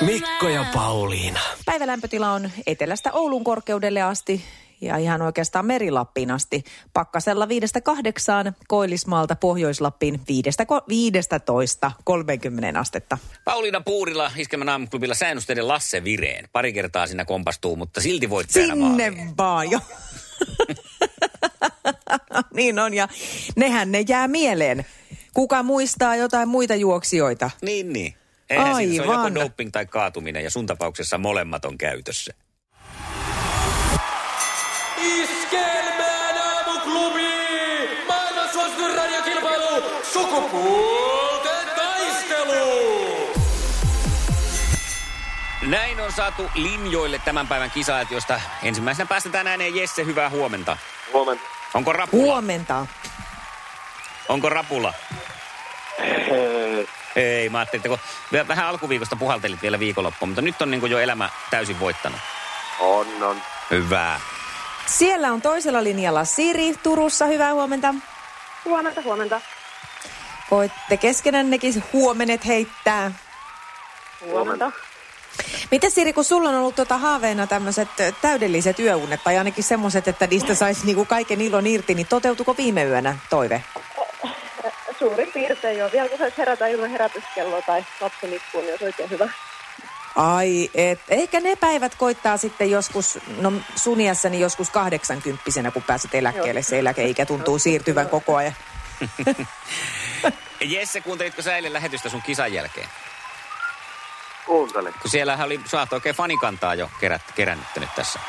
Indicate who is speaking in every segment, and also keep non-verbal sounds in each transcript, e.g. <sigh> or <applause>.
Speaker 1: Mikko ja Pauliina.
Speaker 2: Päivälämpötila on etelästä Oulun korkeudelle asti ja ihan oikeastaan Merilappiin asti. Pakkasella 5-8, Koillismaalta Pohjoislappiin 15-30 astetta.
Speaker 3: Pauliina Puurila Iskelmän aamuklubilla säännösteiden Lasse Vireen. Pari kertaa siinä kompastuu, mutta silti voit
Speaker 2: Sinne vaan jo. <laughs> niin on ja nehän ne jää mieleen. Kuka muistaa jotain muita juoksijoita?
Speaker 3: Niin, niin. Eihän siinä se on
Speaker 2: Aivan.
Speaker 3: joko doping tai kaatuminen ja sun tapauksessa molemmat on käytössä.
Speaker 1: Iskelmään aamuklubi! Maailman suosituin radiokilpailu! Sukupuolten taistelu!
Speaker 3: Näin on saatu linjoille tämän päivän kisaajat, josta ensimmäisenä päästetään ääneen Jesse, hyvää huomenta.
Speaker 4: Huomenta.
Speaker 3: Onko rapula?
Speaker 2: Huomenta.
Speaker 3: Onko rapula?
Speaker 4: Eh.
Speaker 3: Ei, mä ajattelin, että kun vielä vähän alkuviikosta puhaltelit vielä viikonloppua, mutta nyt on niin kuin jo elämä täysin voittanut.
Speaker 4: On, on.
Speaker 3: Hyvä.
Speaker 2: Siellä on toisella linjalla Siri Turussa. Hyvää huomenta.
Speaker 5: Huomenta, huomenta.
Speaker 2: Voitte keskenännekin huomenet heittää.
Speaker 5: Huomenta.
Speaker 2: Miten Siri, kun sulla on ollut tuota haaveena tämmöiset täydelliset yöunet, tai ainakin semmoiset, että niistä saisi niinku kaiken ilon irti, niin toteutuko viime yönä toive?
Speaker 5: Suurin piirtein jo. Vielä kun saisi herätä ilman herätyskelloa tai lapsen ikkuun, niin olisi oikein hyvä. <laughs>
Speaker 2: Ai, et, ehkä ne päivät koittaa sitten joskus, no suniassa niin joskus kahdeksankymppisenä, kun pääset eläkkeelle. Se eläkeikä tuntuu siirtyvän koko ajan.
Speaker 3: Jesse, kuuntelitko sä eilen lähetystä sun kisan jälkeen?
Speaker 4: Kuuntele.
Speaker 3: Kun siellähän oli, sä oot oikein fanikantaa jo kerät, kerännyt nyt tässä.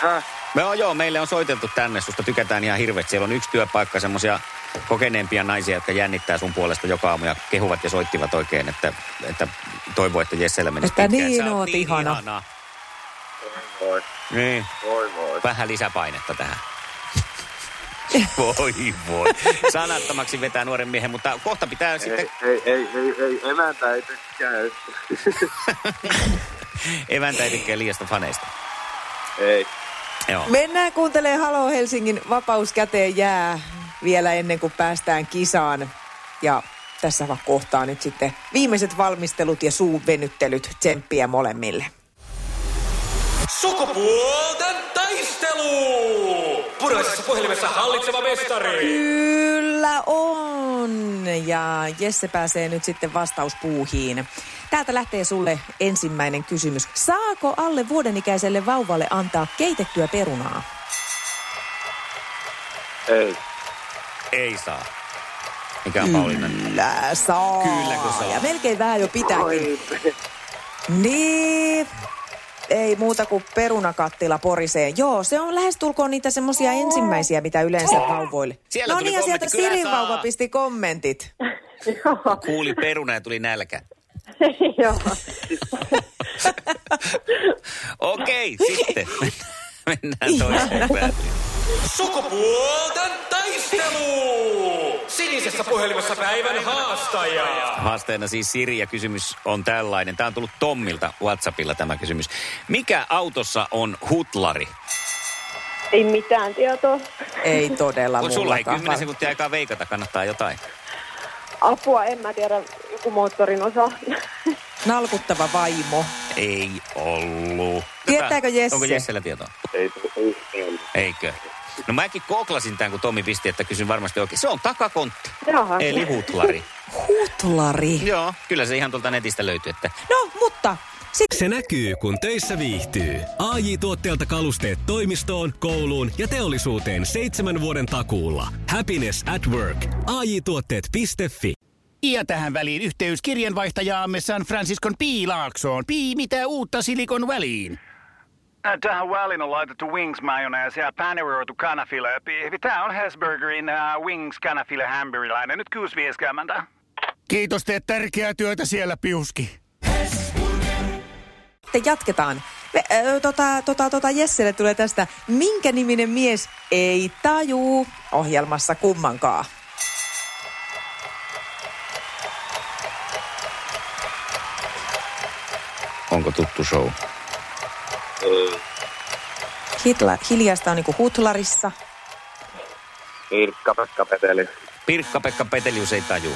Speaker 4: Häh?
Speaker 3: Me on, joo, meille on soiteltu tänne, susta tykätään ihan hirveästi. Siellä on yksi työpaikka, semmoisia kokeneempia naisia, jotka jännittää sun puolesta joka aamu ja kehuvat ja soittivat oikein, että, että toivoo, että Jessellä menisi
Speaker 2: Että
Speaker 3: pitkään.
Speaker 2: niin
Speaker 3: Sä oot
Speaker 2: oot
Speaker 3: niin
Speaker 2: ihana.
Speaker 3: ihana.
Speaker 4: Voi,
Speaker 3: Niin,
Speaker 4: voi, voi.
Speaker 3: vähän lisäpainetta tähän. Voi voi. Sanattomaksi vetää nuoren miehen, mutta kohta pitää sitten
Speaker 4: Ei, ei, ei, ei, ei, emäntä ei tykkää.
Speaker 3: eväntä ei tykkää liiasta faneista.
Speaker 4: ei.
Speaker 3: Joo.
Speaker 2: Mennään kuuntelemaan Halo Helsingin vapaus käteen jää vielä ennen kuin päästään kisaan. Ja tässä vaan kohtaa nyt sitten viimeiset valmistelut ja suuvenyttelyt tsemppiä molemmille.
Speaker 1: Sukupuolten taistelu! Puraisessa puhelimessa hallitseva mestari.
Speaker 2: Kyllä on. Ja Jesse pääsee nyt sitten vastauspuuhiin. Täältä lähtee sulle ensimmäinen kysymys. Saako alle vuodenikäiselle vauvalle antaa keitettyä perunaa?
Speaker 4: Ei.
Speaker 3: Ei saa. Mikä on Pauliina?
Speaker 2: Mm. Kyllä saa.
Speaker 3: Kyllä kun saa.
Speaker 2: Ja melkein vähän jo pitääkin.
Speaker 4: Oi,
Speaker 2: Niin. Ei muuta kuin perunakattila poriseen. Joo, se on lähestulkoon niitä semmosia ensimmäisiä, mitä yleensä vauvoille.
Speaker 3: Siellä
Speaker 2: no
Speaker 3: tuli
Speaker 2: niin, ja sieltä
Speaker 3: kommentti. Kyllä
Speaker 2: Sirin
Speaker 3: saa.
Speaker 2: vauva pisti kommentit.
Speaker 3: Kuuli peruna ja tuli nälkä.
Speaker 5: <laughs> Joo.
Speaker 3: Okei, sitten. Mennään toiseen päätyyn.
Speaker 1: Sukupuolten taistelu! Sinisessä puhelimessa päivän haastaja.
Speaker 3: Haasteena siis Siri ja kysymys on tällainen. Tämä on tullut Tommilta WhatsAppilla tämä kysymys. Mikä autossa on hutlari?
Speaker 5: Ei mitään tietoa.
Speaker 2: Ei todella
Speaker 3: Kun sulla ei
Speaker 2: mullakaan.
Speaker 3: 10 sekuntia aikaa veikata, kannattaa jotain.
Speaker 5: Apua, en mä tiedä. Joku moottorin osa. <laughs>
Speaker 2: Nalkuttava vaimo.
Speaker 3: Ei ollut.
Speaker 2: Tietääkö Jesse?
Speaker 3: Onko Jessellä tietoa?
Speaker 4: Ei tule yhtään.
Speaker 3: Eikö? No mäkin koklasin tämän, kun Tommi pisti, että kysyn varmasti oikein. Se on takakontti,
Speaker 5: Jaha.
Speaker 3: eli hutlari. <laughs>
Speaker 2: Hutlari.
Speaker 3: Joo, kyllä se ihan tuolta netistä löytyy, että
Speaker 2: No, mutta sitten
Speaker 6: Se näkyy, kun töissä viihtyy. ai tuotteelta kalusteet toimistoon, kouluun ja teollisuuteen seitsemän vuoden takuulla. Happiness at work. ai tuotteetfi
Speaker 7: Ja tähän väliin yhteys kirjanvaihtajaamme San Franciscon Piilaaksoon. Pii, mitä uutta Silikon väliin?
Speaker 8: Ä, Äh, Tähän väliin on laitettu wings mayonnaise ja paneroitu kanafila. äh, Tämä on Hesburgerin uh, wings kanafila hamburilainen. Nyt kuusi vieskäämäntä.
Speaker 7: Kiitos, teet tärkeää työtä siellä, Piuski.
Speaker 2: Sitten jatketaan. Me, ö, tota, tota, tota, Jesselle tulee tästä, minkä niminen mies ei tajuu ohjelmassa kummankaan.
Speaker 3: Onko tuttu show?
Speaker 2: Hitla, hiljasta on niinku
Speaker 3: <laughs>
Speaker 2: hutlarissa.
Speaker 4: Irkka-Pekka Peteli.
Speaker 3: Pirkka-Pekka Petelius ei tajua.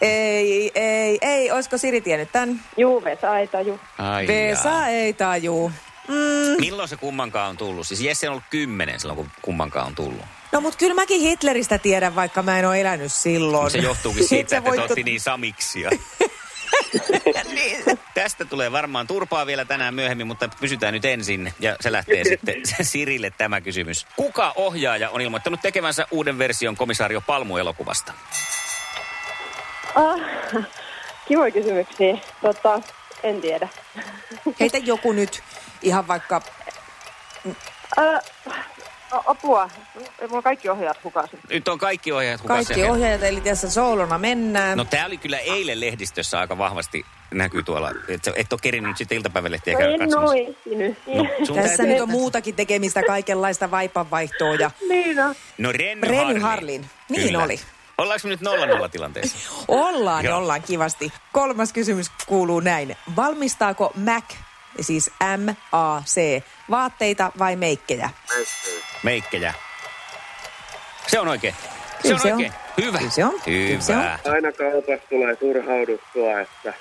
Speaker 2: Ei, ei, ei. Olisiko Siri tiennyt tämän?
Speaker 5: Juu, Vesa ei taju.
Speaker 3: Ai
Speaker 2: Vesa ei tajuu. Mm.
Speaker 3: Milloin se kummankaan on tullut? Siis Jesse on ollut kymmenen silloin, kun kummankaan on tullut.
Speaker 2: No mut kyllä mäkin Hitleristä tiedän, vaikka mä en ole elänyt silloin. <laughs>
Speaker 3: Se johtuukin
Speaker 2: Et sä
Speaker 3: siitä, että
Speaker 2: voit
Speaker 3: te otti
Speaker 2: tot-
Speaker 3: niin
Speaker 2: <laughs>
Speaker 3: samiksia.
Speaker 2: Niin.
Speaker 3: Tästä tulee varmaan turpaa vielä tänään myöhemmin, mutta pysytään nyt ensin. Ja
Speaker 2: <laughs>
Speaker 3: se lähtee sitten Sirille tämä kysymys. Kuka ohjaaja on ilmoittanut tekevänsä uuden version komisario Palmu-elokuvasta?
Speaker 5: Ah, kivoja kysymyksiä. Tota, en tiedä.
Speaker 2: Heitä joku nyt ihan vaikka...
Speaker 5: Äh, a- apua. Mulla kaikki ohjaat hukassa.
Speaker 3: Nyt on kaikki ohjaajat kuka
Speaker 2: Kaikki
Speaker 3: siellä?
Speaker 2: ohjaajat, eli tässä soolona mennään.
Speaker 3: No tämä oli kyllä eilen lehdistössä aika vahvasti näkyy tuolla. Et, sä- et ole kerinyt sitten iltapäivälehtiä
Speaker 5: No
Speaker 3: käydä
Speaker 5: en oo
Speaker 3: katsomassa.
Speaker 5: ehtinyt.
Speaker 3: No, sun
Speaker 2: Tässä
Speaker 3: täytyy-
Speaker 2: nyt on muutakin tekemistä, kaikenlaista vaipanvaihtoa ja
Speaker 5: Niin on.
Speaker 3: No Renny,
Speaker 2: Renny
Speaker 3: Harlin.
Speaker 2: Harlin. Niin oli.
Speaker 3: Ollaanko me nyt nolla nolla tilanteessa?
Speaker 2: ollaan,
Speaker 3: Joo.
Speaker 2: ollaan kivasti. Kolmas kysymys kuuluu näin. Valmistaako Mac, siis M-A-C, vaatteita vai meikkejä?
Speaker 3: Meikkejä. Se on oikein. Se
Speaker 2: Kyllä
Speaker 3: on
Speaker 2: se on.
Speaker 3: oikein. Hyvä.
Speaker 2: Kyllä se on. Kyllä se on.
Speaker 3: Hyvä.
Speaker 4: Aina kaupassa tulee turhauduttua, että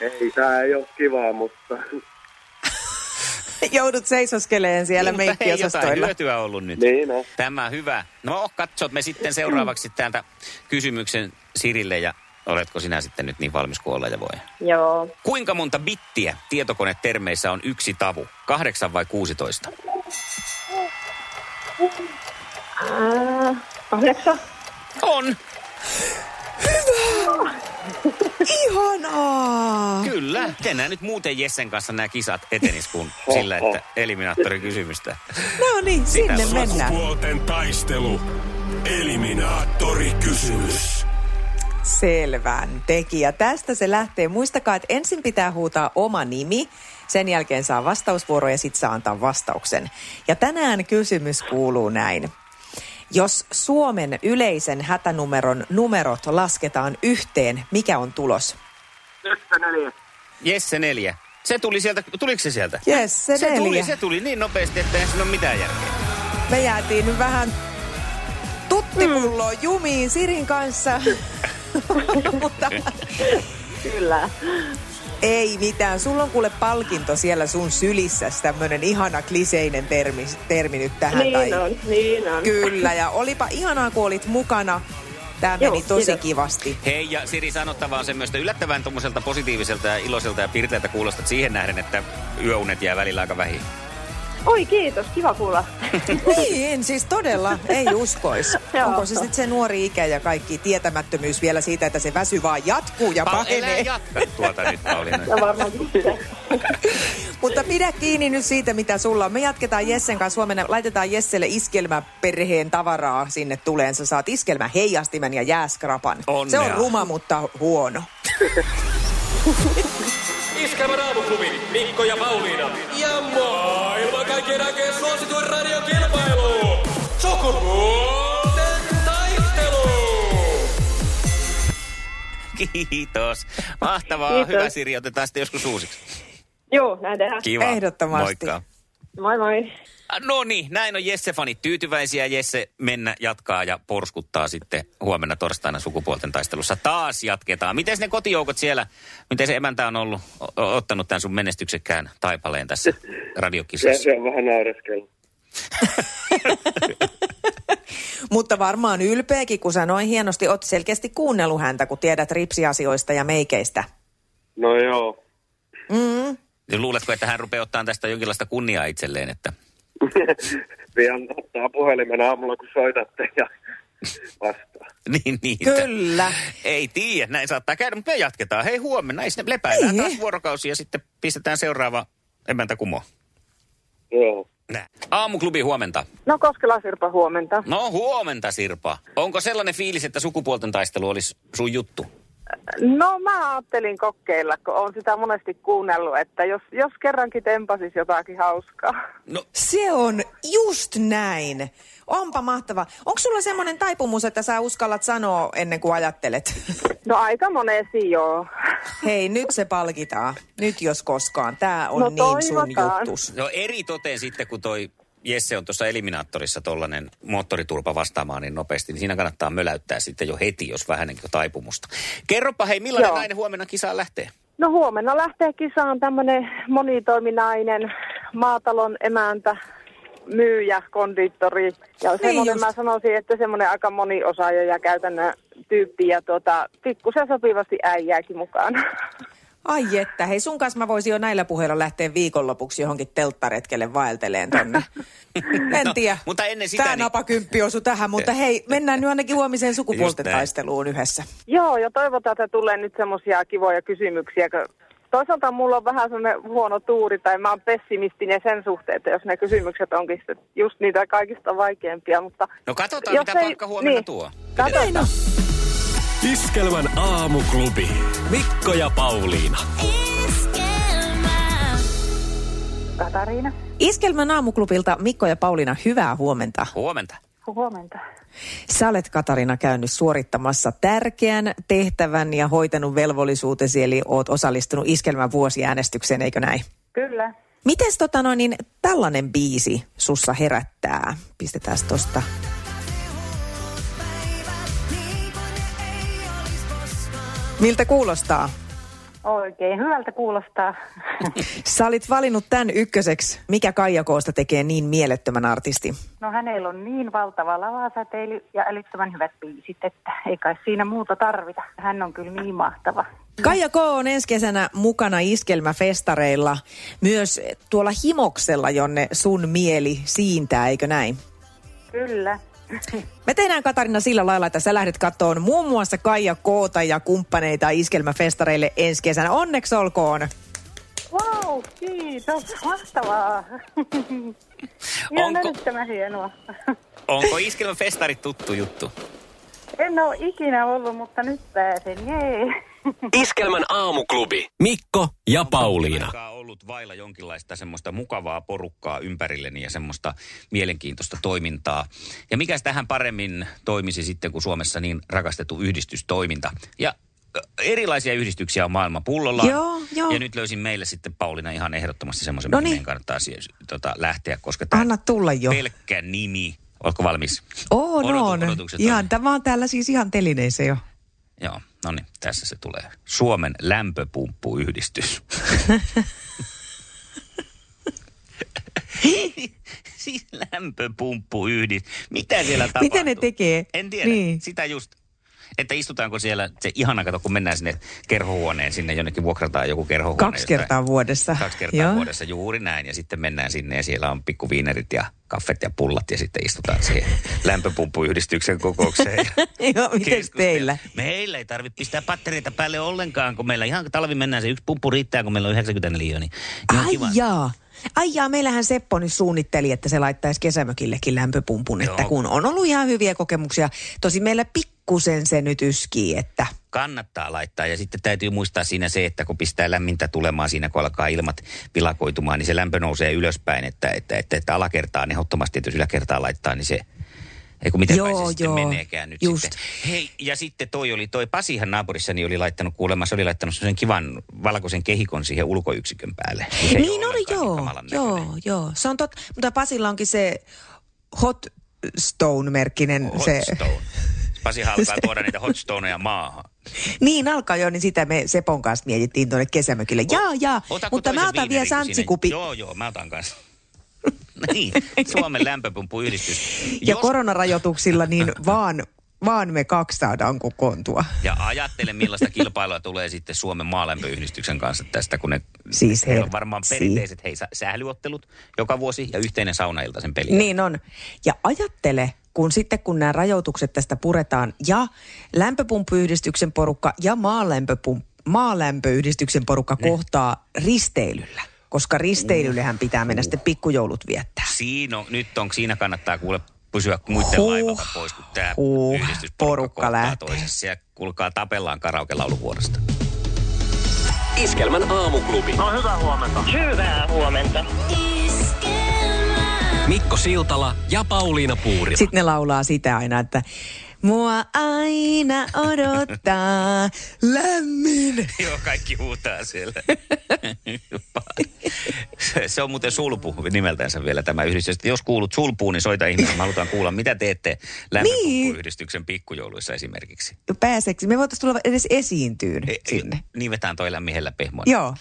Speaker 4: ei, tää ei ole kivaa, mutta
Speaker 2: Joudut seisoskeleen siellä
Speaker 3: Niin, mutta hei, jotain
Speaker 2: meikkiosastoilla.
Speaker 3: hyötyä ollut nyt.
Speaker 4: niin on.
Speaker 3: Tämä hyvä. No katsot me sitten seuraavaksi täältä kysymyksen Sirille ja oletko sinä sitten nyt niin valmis kuolla ja voi?
Speaker 5: Joo.
Speaker 3: Kuinka monta bittiä tietokonetermeissä on yksi tavu? Kahdeksan vai kuusitoista?
Speaker 5: Äh, kahdeksan.
Speaker 3: On,
Speaker 2: Ihanaa!
Speaker 3: kyllä. Tänään nyt muuten Jessen kanssa nämä kisat etenis kuin sillä, että eliminaattori kysymystä.
Speaker 2: No niin, sinne
Speaker 3: Sitä
Speaker 2: mennään.
Speaker 9: Sukupuolten taistelu. Eliminaattori kysymys.
Speaker 2: Selvän tekijä. Tästä se lähtee. Muistakaa, että ensin pitää huutaa oma nimi, sen jälkeen saa vastausvuoro ja sitten saa antaa vastauksen. Ja tänään kysymys kuuluu näin. Jos Suomen yleisen hätänumeron numerot lasketaan yhteen, mikä on tulos?
Speaker 3: Jesse neljä. Se tuli sieltä, tuliko se sieltä?
Speaker 2: Yes, se,
Speaker 3: se tuli,
Speaker 2: neljä.
Speaker 3: se tuli niin nopeasti, että ei siinä ole mitään järkeä.
Speaker 2: Me jäätiin nyt vähän tuttipulloon
Speaker 5: Hmm.
Speaker 2: jumiin Sirin kanssa. <laughs> Mutta
Speaker 5: Kyllä.
Speaker 2: Ei mitään. Sulla on kuule palkinto siellä sun sylissä, tämmönen ihana kliseinen termi, termi nyt tähän. tai...
Speaker 5: Niin on, niin on.
Speaker 2: Kyllä, ja olipa ihanaa, kun olit mukana. Tämä
Speaker 5: Joo,
Speaker 2: meni tosi
Speaker 5: kiitos.
Speaker 2: kivasti.
Speaker 3: Hei ja Siri sanottava on semmoista yllättävän tuommoiselta positiiviselta ja iloiselta ja pirteältä kuulostat siihen nähden, että yöunet jää välillä aika vähin.
Speaker 5: Oi kiitos, kiva kuulla.
Speaker 2: niin, siis todella, ei uskois.
Speaker 5: <laughs> Joo.
Speaker 2: Onko se sitten se nuori ikä ja kaikki tietämättömyys vielä siitä, että se väsy vaan jatkuu ja
Speaker 3: Pa- elää
Speaker 2: pahenee.
Speaker 3: jatka tuota nyt Pauliina.
Speaker 5: Ja varmaankin se.
Speaker 2: Mutta pidä kiinni nyt siitä, mitä sulla on. Me jatketaan Jessen kanssa huomenna. Laitetaan Jesselle iskelmäperheen tavaraa sinne tuleen. Sä saat iskelmä heijastimen ja jääskrapan.
Speaker 3: Onnea.
Speaker 2: Se on ruma, mutta huono.
Speaker 1: Iskelmän aamuklubi, Mikko ja Pauliina. Ja maailman kaikkien aikeen suosituen radiokilpailu. Sukupuolten taistelu.
Speaker 3: Kiitos. Mahtavaa.
Speaker 5: Kiitos.
Speaker 3: Hyvä Siri, otetaan sitten joskus uusiksi.
Speaker 5: Joo, näin tehdään.
Speaker 3: Kiva.
Speaker 2: Ehdottomasti.
Speaker 3: Moikka.
Speaker 5: Moi moi.
Speaker 3: No niin, näin on Jesse-fanit tyytyväisiä. Jesse mennä jatkaa ja porskuttaa sitten huomenna torstaina sukupuolten taistelussa. Taas jatketaan. Miten ne kotijoukot siellä, miten se emäntä on ollut o- o- ottanut tämän sun menestyksekkään taipaleen tässä
Speaker 4: Se,
Speaker 3: radiokisassa?
Speaker 4: se on vähän naureskellut.
Speaker 2: Mutta varmaan ylpeäkin, kun sä noin hienosti oot selkeästi kuunnellut häntä, kun tiedät ripsiasioista ja meikeistä.
Speaker 4: No joo. <laughs>
Speaker 3: Luuletko, että hän rupeaa ottaa tästä jonkinlaista kunniaa itselleen, että <laughs>
Speaker 4: Pian ottaa puhelimen aamulla, kun soitatte ja <laughs> vastaa.
Speaker 3: niin, niin. että-
Speaker 2: Kyllä.
Speaker 3: Ei tiedä, näin saattaa käydä, mutta me jatketaan. Hei huomenna, ei sinne lepäillään
Speaker 2: Niin.
Speaker 3: taas vuorokausi ja sitten pistetään seuraava emäntä kumoon.
Speaker 4: Joo.
Speaker 3: Nä. Aamuklubi huomenta.
Speaker 5: No Koskela Sirpa, huomenta.
Speaker 3: No huomenta Sirpa. Onko sellainen fiilis, että sukupuolten taistelu olisi sun juttu?
Speaker 5: No mä ajattelin kokeilla, kun olen sitä monesti kuunnellut, että jos, jos kerrankin tempasis jotakin hauskaa.
Speaker 3: No
Speaker 2: Se on just näin. Onpa mahtava. Onko sulla semmoinen taipumus, että sä uskallat sanoa ennen kuin
Speaker 5: <laughs>
Speaker 2: ajattelet?
Speaker 5: No aika monesti joo.
Speaker 2: Hei, nyt se palkitaan. Nyt jos koskaan. Tää on
Speaker 5: No
Speaker 2: niin sun
Speaker 5: toivotaan.
Speaker 2: juttus.
Speaker 3: No eri toteen sitten, kun toi Jesse on tuossa Eliminaattorissa tollainen moottoriturpa vastaamaan niin nopeasti, niin siinä kannattaa möläyttää sitten jo heti, jos vähänenkin on taipumusta. Kerropa hei, millainen Joo.
Speaker 5: Joo.
Speaker 3: nainen huomenna kisaan lähtee?
Speaker 5: No huomenna lähtee kisaan tämmöinen monitoiminainen maatalon emäntä, myyjä, kondiittori. Ja semmoinen
Speaker 2: just.
Speaker 5: mä sanoisin, että semmoinen aika moniosaaja ja käytännön tyyppi ja tuota, pikkusen sopivasti äijääkin mukaan. <laughs>
Speaker 2: Ai että, hei sun kanssa mä voisin jo näillä puheilla lähteä viikonlopuksi johonkin telttaretkelle vaelteleen
Speaker 3: <laughs>
Speaker 2: tonne. En
Speaker 3: No,
Speaker 2: tiedä.
Speaker 3: mutta ennen sitä
Speaker 2: Tää
Speaker 3: niin- Eh.
Speaker 2: napakymppi osui tähän, mutta hei, mennään nyt ainakin huomiseen sukupuolten
Speaker 3: näin.
Speaker 2: taisteluun yhdessä.
Speaker 5: Joo, ja toivotaan, että tulee nyt semmoisia kivoja kysymyksiä, kun Toisaalta mulla on vähän semmoinen huono tuuri tai mä oon pessimistinen sen suhteen, että jos ne kysymykset onkin sitten just niitä kaikista vaikeampia, mutta... niin.
Speaker 3: No katsotaan, mitä Paakka huomenna tuo.
Speaker 5: Katsotaan.
Speaker 6: Iskelmän aamuklubi. Mikko ja Pauliina.
Speaker 10: Katariina,
Speaker 2: Iskelmän aamuklubilta Mikko ja Pauliina, hyvää huomenta.
Speaker 3: Huomenta.
Speaker 10: huomenta.
Speaker 2: Sä olet Katarina käynyt suorittamassa tärkeän tehtävän ja hoitanut velvollisuutesi, eli oot osallistunut iskelmän vuosiäänestykseen, eikö näin?
Speaker 10: Kyllä.
Speaker 2: Mites tota noin, niin tällainen biisi sussa herättää? Pistetään tosta. Miltä kuulostaa?
Speaker 10: Oikein hyvältä kuulostaa.
Speaker 2: Sä olit valinnut tämän ykköseksi. Mikä Kaija Koosta tekee niin mielettömän artistin?
Speaker 10: No hänellä on niin valtava lavasäteily ja älyttömän hyvät biisit, että ei kai siinä muuta tarvita. Hän on kyllä niin mahtava.
Speaker 2: Kaija K. on ensi kesänä mukana iskelmäfestareilla, myös tuolla himoksella, jonne sun mieli siintää, eikö näin?
Speaker 10: Kyllä.
Speaker 2: Me tehdään Katarina sillä lailla, että sä lähdet kattoon muun muassa Kaija Koota ja kumppaneita iskelmäfestareille ensi kesänä. Onneksi olkoon!
Speaker 10: Wow, kiitos. Mahtavaa. Ihan
Speaker 3: Onko-
Speaker 10: älyttömän hienoa.
Speaker 3: Onko iskelmäfestarit tuttu juttu?
Speaker 10: En ole ikinä ollut, mutta nyt pääsen. Jee.
Speaker 6: Iskelmän aamuklubi. Mikko ja Pauliina.
Speaker 3: Aikaa ollut vailla jonkinlaista semmoista mukavaa porukkaa ympärilleni ja semmoista mielenkiintoista toimintaa. Ja mikä tähän paremmin toimisi sitten, kun Suomessa niin rakastettu yhdistystoiminta. Ja ö, erilaisia yhdistyksiä on maailman pullollaan.
Speaker 2: Joo, joo.
Speaker 3: Ja nyt löysin meille sitten Pauliina ihan ehdottomasti semmoisen,
Speaker 2: No
Speaker 3: mihin
Speaker 2: niin.
Speaker 3: meidän kannattaa siis, tota, lähteä, koska tämä
Speaker 2: Anna tulla jo.
Speaker 3: pelkkä nimi. Oletko valmis?
Speaker 2: Oo,
Speaker 3: Odotu-
Speaker 2: no on.
Speaker 3: odotukset
Speaker 2: Ihan,
Speaker 3: on.
Speaker 2: tämä on täällä siis ihan telineissä jo.
Speaker 3: Joo, no niin, tässä se tulee. Suomen lämpöpumppuyhdistys. <laughs> siis lämpöpumppuyhdistys. Mitä siellä tapahtuu?
Speaker 2: Mitä ne tekee?
Speaker 3: En tiedä,
Speaker 2: Niin.
Speaker 3: niin. sitä just. Että istutaanko siellä, se ihana kato, kun mennään sinne kerhohuoneen, sinne jonnekin vuokrataan joku kerhohuone.
Speaker 2: Kaksi
Speaker 3: jostain.
Speaker 2: kertaa vuodessa.
Speaker 3: Kaksi kertaa
Speaker 2: Joo.
Speaker 3: vuodessa, juuri näin. Ja sitten mennään sinne ja siellä on pikkuviinerit ja kaffet ja pullat ja sitten istutaan siihen
Speaker 2: <laughs>
Speaker 3: lämpöpumppuyhdistyksen kokoukseen. Ja
Speaker 2: <laughs> Joo, miten
Speaker 3: keskustella.
Speaker 2: teillä?
Speaker 3: Meillä ei tarvitse pistää pattereita päälle ollenkaan, kun meillä ihan talvi mennään se yksi pumppu riittää, kun meillä on 90 neliöä. Niin ihan
Speaker 2: Ai jaa. Ai jaa, meillähän Seppo nyt suunnitteli, että se laittaisi kesämökillekin lämpöpumpun, että
Speaker 3: Joo.
Speaker 2: kun on ollut ihan hyviä kokemuksia. Tosi meillä pikkusen se nyt yskii, että
Speaker 3: Kannattaa laittaa ja sitten täytyy muistaa siinä se, että kun pistää lämmintä tulemaan siinä, kun alkaa ilmat pilakoitumaan, niin se lämpö nousee ylöspäin, että, että, että, että alakertaa ehdottomasti, että jos yläkertaa laittaa, niin se ei kun miten
Speaker 2: Joo,
Speaker 3: joo, se sitten
Speaker 2: joo,
Speaker 3: meneekään nyt
Speaker 2: just.
Speaker 3: sitten. Hei, ja sitten toi oli, toi Pasihan naapurissani oli laittanut kuulemma, se oli laittanut sen kivan valkoisen kehikon siihen ulkoyksikön päälle. Se ei
Speaker 2: niin oli,
Speaker 3: ole ollenkaan niin
Speaker 2: joo,
Speaker 3: kamalan näköinen.
Speaker 2: joo, joo. Se on totta, mutta Pasilla onkin se Hot Stone-merkkinen se.
Speaker 3: Hotstone. Pasihan alkaa tuoda niitä hotstoneja maahan.
Speaker 2: <laughs> Niin alkaa jo, niin sitä me Sepon kanssa mietittiin tuonne kesämökille. Jaa, jaa,
Speaker 3: Otatko
Speaker 2: mutta mä
Speaker 3: toisen
Speaker 2: otan vielä
Speaker 3: viinerin, kun sinne-
Speaker 2: santsikupi.
Speaker 3: Joo, joo, mä
Speaker 2: <laughs>
Speaker 3: otan kanssa. niin, Suomen lämpöpumppuyhdistys.
Speaker 2: Ja
Speaker 3: Jos-
Speaker 2: koronarajoituksilla
Speaker 3: <laughs>
Speaker 2: niin vaan, vaan me kaksi saadaan kokoontua.
Speaker 3: Ja ajattele, millaista kilpailua tulee sitten Suomen maalämpöyhdistyksen kanssa tästä, kun ne...
Speaker 2: Siis
Speaker 3: heillä on
Speaker 2: her-
Speaker 3: varmaan
Speaker 2: si-
Speaker 3: perinteiset hei, sä- sählyottelut joka vuosi ja yhteinen saunailta sen peli.
Speaker 2: Niin on. Ja ajattele, kun sitten kun nämä rajoitukset tästä puretaan ja lämpöpumppuyhdistyksen porukka ja maalämpöpum- maalämpöyhdistyksen porukka kohtaa risteilyllä. koska risteilyllehän pitää mennä sitten pikkujoulut viettää.
Speaker 3: Siinä on, nyt on, siinä kannattaa kuule pysyä muiden huh, laivalta pois, kun tämä huh, porukka lähtee. toisessa. Ja kuulkaa, tapellaan karaoke-lauluvuorosta.
Speaker 6: Iskelmän aamuklubi.
Speaker 11: No hyvää huomenta. Hyvää huomenta.
Speaker 6: Mikko Siltala ja Pauliina Puurila.
Speaker 2: Sitten ne laulaa sitä aina, että Mua aina odottaa lämmin.
Speaker 3: Joo, kaikki huutaa siellä. se, <laughs> se on muuten sulpu nimeltänsä vielä tämä yhdistys. Jos kuulut sulpuun, niin soita ihminen. Me halutaan kuulla, mitä teette
Speaker 2: Niin.
Speaker 3: lämpöpumppu-yhdistyksen pikkujouluissa esimerkiksi.
Speaker 2: Pääseksi. Me voitaisiin tulla edes esiintyyn e, sinne.
Speaker 3: Nimetään Niin toi lämmihellä pehmoa.
Speaker 2: Joo.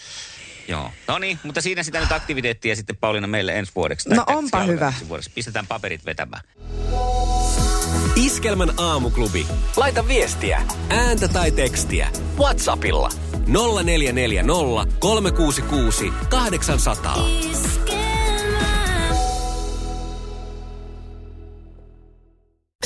Speaker 3: Joo. No niin, mutta siinä sitä nyt aktiviteettia sitten Pauliina meille ensi vuodeksi.
Speaker 2: No onpa hyvä.
Speaker 3: Vuodeksi. Pistetään paperit vetämään.
Speaker 6: Iskelmän aamuklubi. Laita viestiä, ääntä tai tekstiä. Whatsappilla 0440 366 800.